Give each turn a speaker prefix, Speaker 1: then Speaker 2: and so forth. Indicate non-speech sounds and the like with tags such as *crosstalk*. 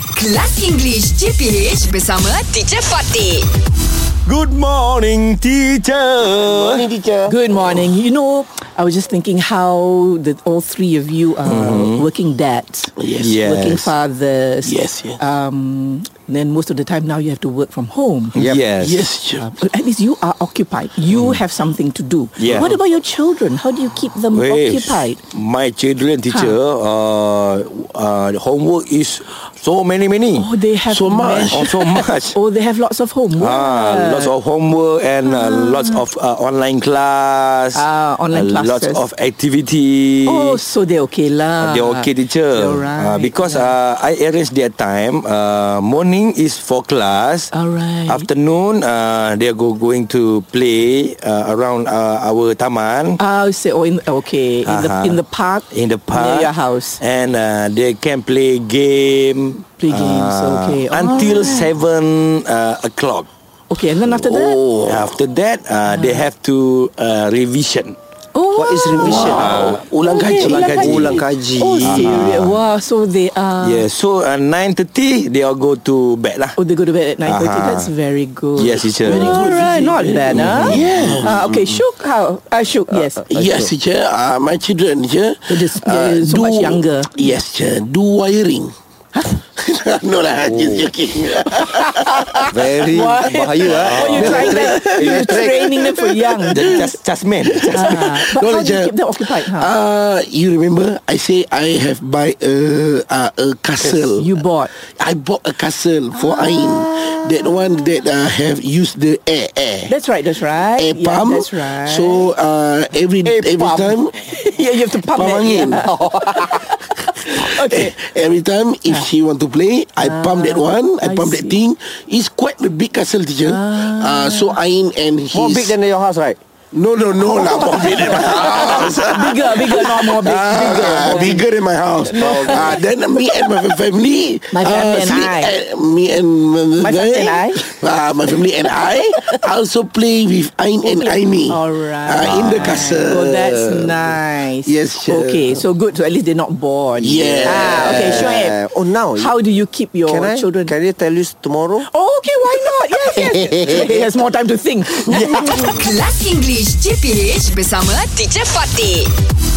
Speaker 1: Kelas English CPH bersama Teacher Fatih.
Speaker 2: Good morning, teacher.
Speaker 3: Morning teacher.
Speaker 4: Good morning. You know, I was just thinking how the all three of you are working dads,
Speaker 3: Yes.
Speaker 2: Mm-hmm. Yes.
Speaker 4: working fathers.
Speaker 3: Yes, yes.
Speaker 4: Um, then most of the time now you have to work from home.
Speaker 2: Yep. Yes. Mm.
Speaker 3: Yes, teacher.
Speaker 4: *laughs* Uh, but at least you are occupied. You have something to do.
Speaker 2: Yeah.
Speaker 4: What about your children? How do you keep them
Speaker 2: Wait,
Speaker 4: occupied? Ha.
Speaker 2: My children, teacher, uh, uh, homework is so many, many.
Speaker 4: Oh, they have
Speaker 2: so much.
Speaker 4: many-
Speaker 2: Oh, so much.
Speaker 4: *laughs* Oh, they have lots of homework.
Speaker 2: Ah, lots of homework and uh, lots of uh, online class.
Speaker 4: Ah, online
Speaker 2: uh, Lots
Speaker 4: classes.
Speaker 2: of activity.
Speaker 4: Oh, so they're okay lah.
Speaker 2: They're okay, teacher.
Speaker 4: They're right.
Speaker 2: Uh, because
Speaker 4: yeah.
Speaker 2: uh, I arrange their time. Uh, morning is for class.
Speaker 4: Alright.
Speaker 2: Afternoon, uh, they go going to play uh, around uh, our taman.
Speaker 4: Ah, say, oh, in, okay, in the
Speaker 2: Uh-huh.
Speaker 4: in the park,
Speaker 2: in the park
Speaker 4: near your house.
Speaker 2: and uh, they can play game uh,
Speaker 4: Play games, okay. Oh.
Speaker 2: until
Speaker 4: Alright.
Speaker 2: seven uh, o'clock
Speaker 4: Okay, and then after that,
Speaker 3: Oh,
Speaker 4: Ah.
Speaker 2: after that uh, they have to uh, revision
Speaker 4: oh,
Speaker 3: What is revision?
Speaker 2: Wow.
Speaker 3: Uh, ulang kaji.
Speaker 2: ulang kaji. Uh-huh.
Speaker 3: Ulang kaji.
Speaker 4: Oh, serious. Wow, so they are.
Speaker 2: yeah so uh, 9.30 they all go to bed lah
Speaker 4: Oh, they go to bed at 9.30.
Speaker 2: Uh-huh.
Speaker 4: That's very good.
Speaker 2: Yes, teacher.
Speaker 4: Very
Speaker 2: Very
Speaker 4: good.
Speaker 2: good,
Speaker 4: Alright, not bad, huh?
Speaker 3: Mm-hmm. Yeah.
Speaker 4: Uh, okay, Shook, how? Uh, Shook, yes.
Speaker 3: Yes, teacher. Uh, my children, teacher.
Speaker 4: They're just- they're so much younger.
Speaker 3: Yes, teacher. Do wiring. *laughs* no lah, just
Speaker 4: Oh. *laughs*
Speaker 3: joking.
Speaker 5: Very
Speaker 4: Why?
Speaker 5: bahaya ah.
Speaker 4: Oh,
Speaker 2: *laughs*
Speaker 4: you're trying that. You're training them for young.
Speaker 2: just, just man just man.
Speaker 3: *laughs*
Speaker 4: Ah, but
Speaker 3: No,
Speaker 4: how do you
Speaker 3: teacher.
Speaker 4: keep them occupied, huh?
Speaker 3: Uh, you remember I say I have buy a uh, a castle.
Speaker 4: you Ah. bought.
Speaker 3: I bought a castle for Ain. That one that uh, have used the air air.
Speaker 4: That's right, that's right.
Speaker 3: air
Speaker 4: Yeah,
Speaker 3: Eh, pump.
Speaker 4: that's right.
Speaker 3: So uh, every
Speaker 4: Air
Speaker 3: every
Speaker 4: pump.
Speaker 3: time
Speaker 4: *laughs* yeah, you have to pump
Speaker 3: Pump
Speaker 4: that
Speaker 3: angin.
Speaker 4: yeah. *laughs*
Speaker 3: *laughs*
Speaker 4: okay.
Speaker 3: Eh, Every time if she want to play, I pump that one,
Speaker 4: Ah.
Speaker 3: I,
Speaker 4: I
Speaker 3: pump that
Speaker 4: see. Ah.
Speaker 3: thing. It's quite a big castle, teacher. Uh, so Ain and his
Speaker 5: More big than your house right
Speaker 3: no no no lah, more big than my house.
Speaker 4: *laughs* Bigger, bigger, not more big.
Speaker 3: Ah,
Speaker 4: bigger.
Speaker 3: ah, bigger than my house. Ah, then me and my family,
Speaker 4: My family and
Speaker 3: sleep
Speaker 4: I.
Speaker 3: at- me and
Speaker 4: My family and I.
Speaker 3: ah, my family and I also play with Ain and Aini.
Speaker 4: Alright.
Speaker 3: ah, in the
Speaker 4: Oh,
Speaker 3: castle.
Speaker 4: that's nice.
Speaker 3: Yes, sure.
Speaker 4: Okay, so good. So at least they're not bored.
Speaker 3: Yeah.
Speaker 4: Ah, okay, Shoaib.
Speaker 5: Eh, Oh now
Speaker 4: How do you keep your
Speaker 5: Can I
Speaker 4: children?
Speaker 5: Can I tell you tomorrow
Speaker 4: oh, okay, why not? Yes,
Speaker 3: *laughs*
Speaker 4: yes. he has more time to think.
Speaker 1: Kelas English CPH bersama Teacher Fatih.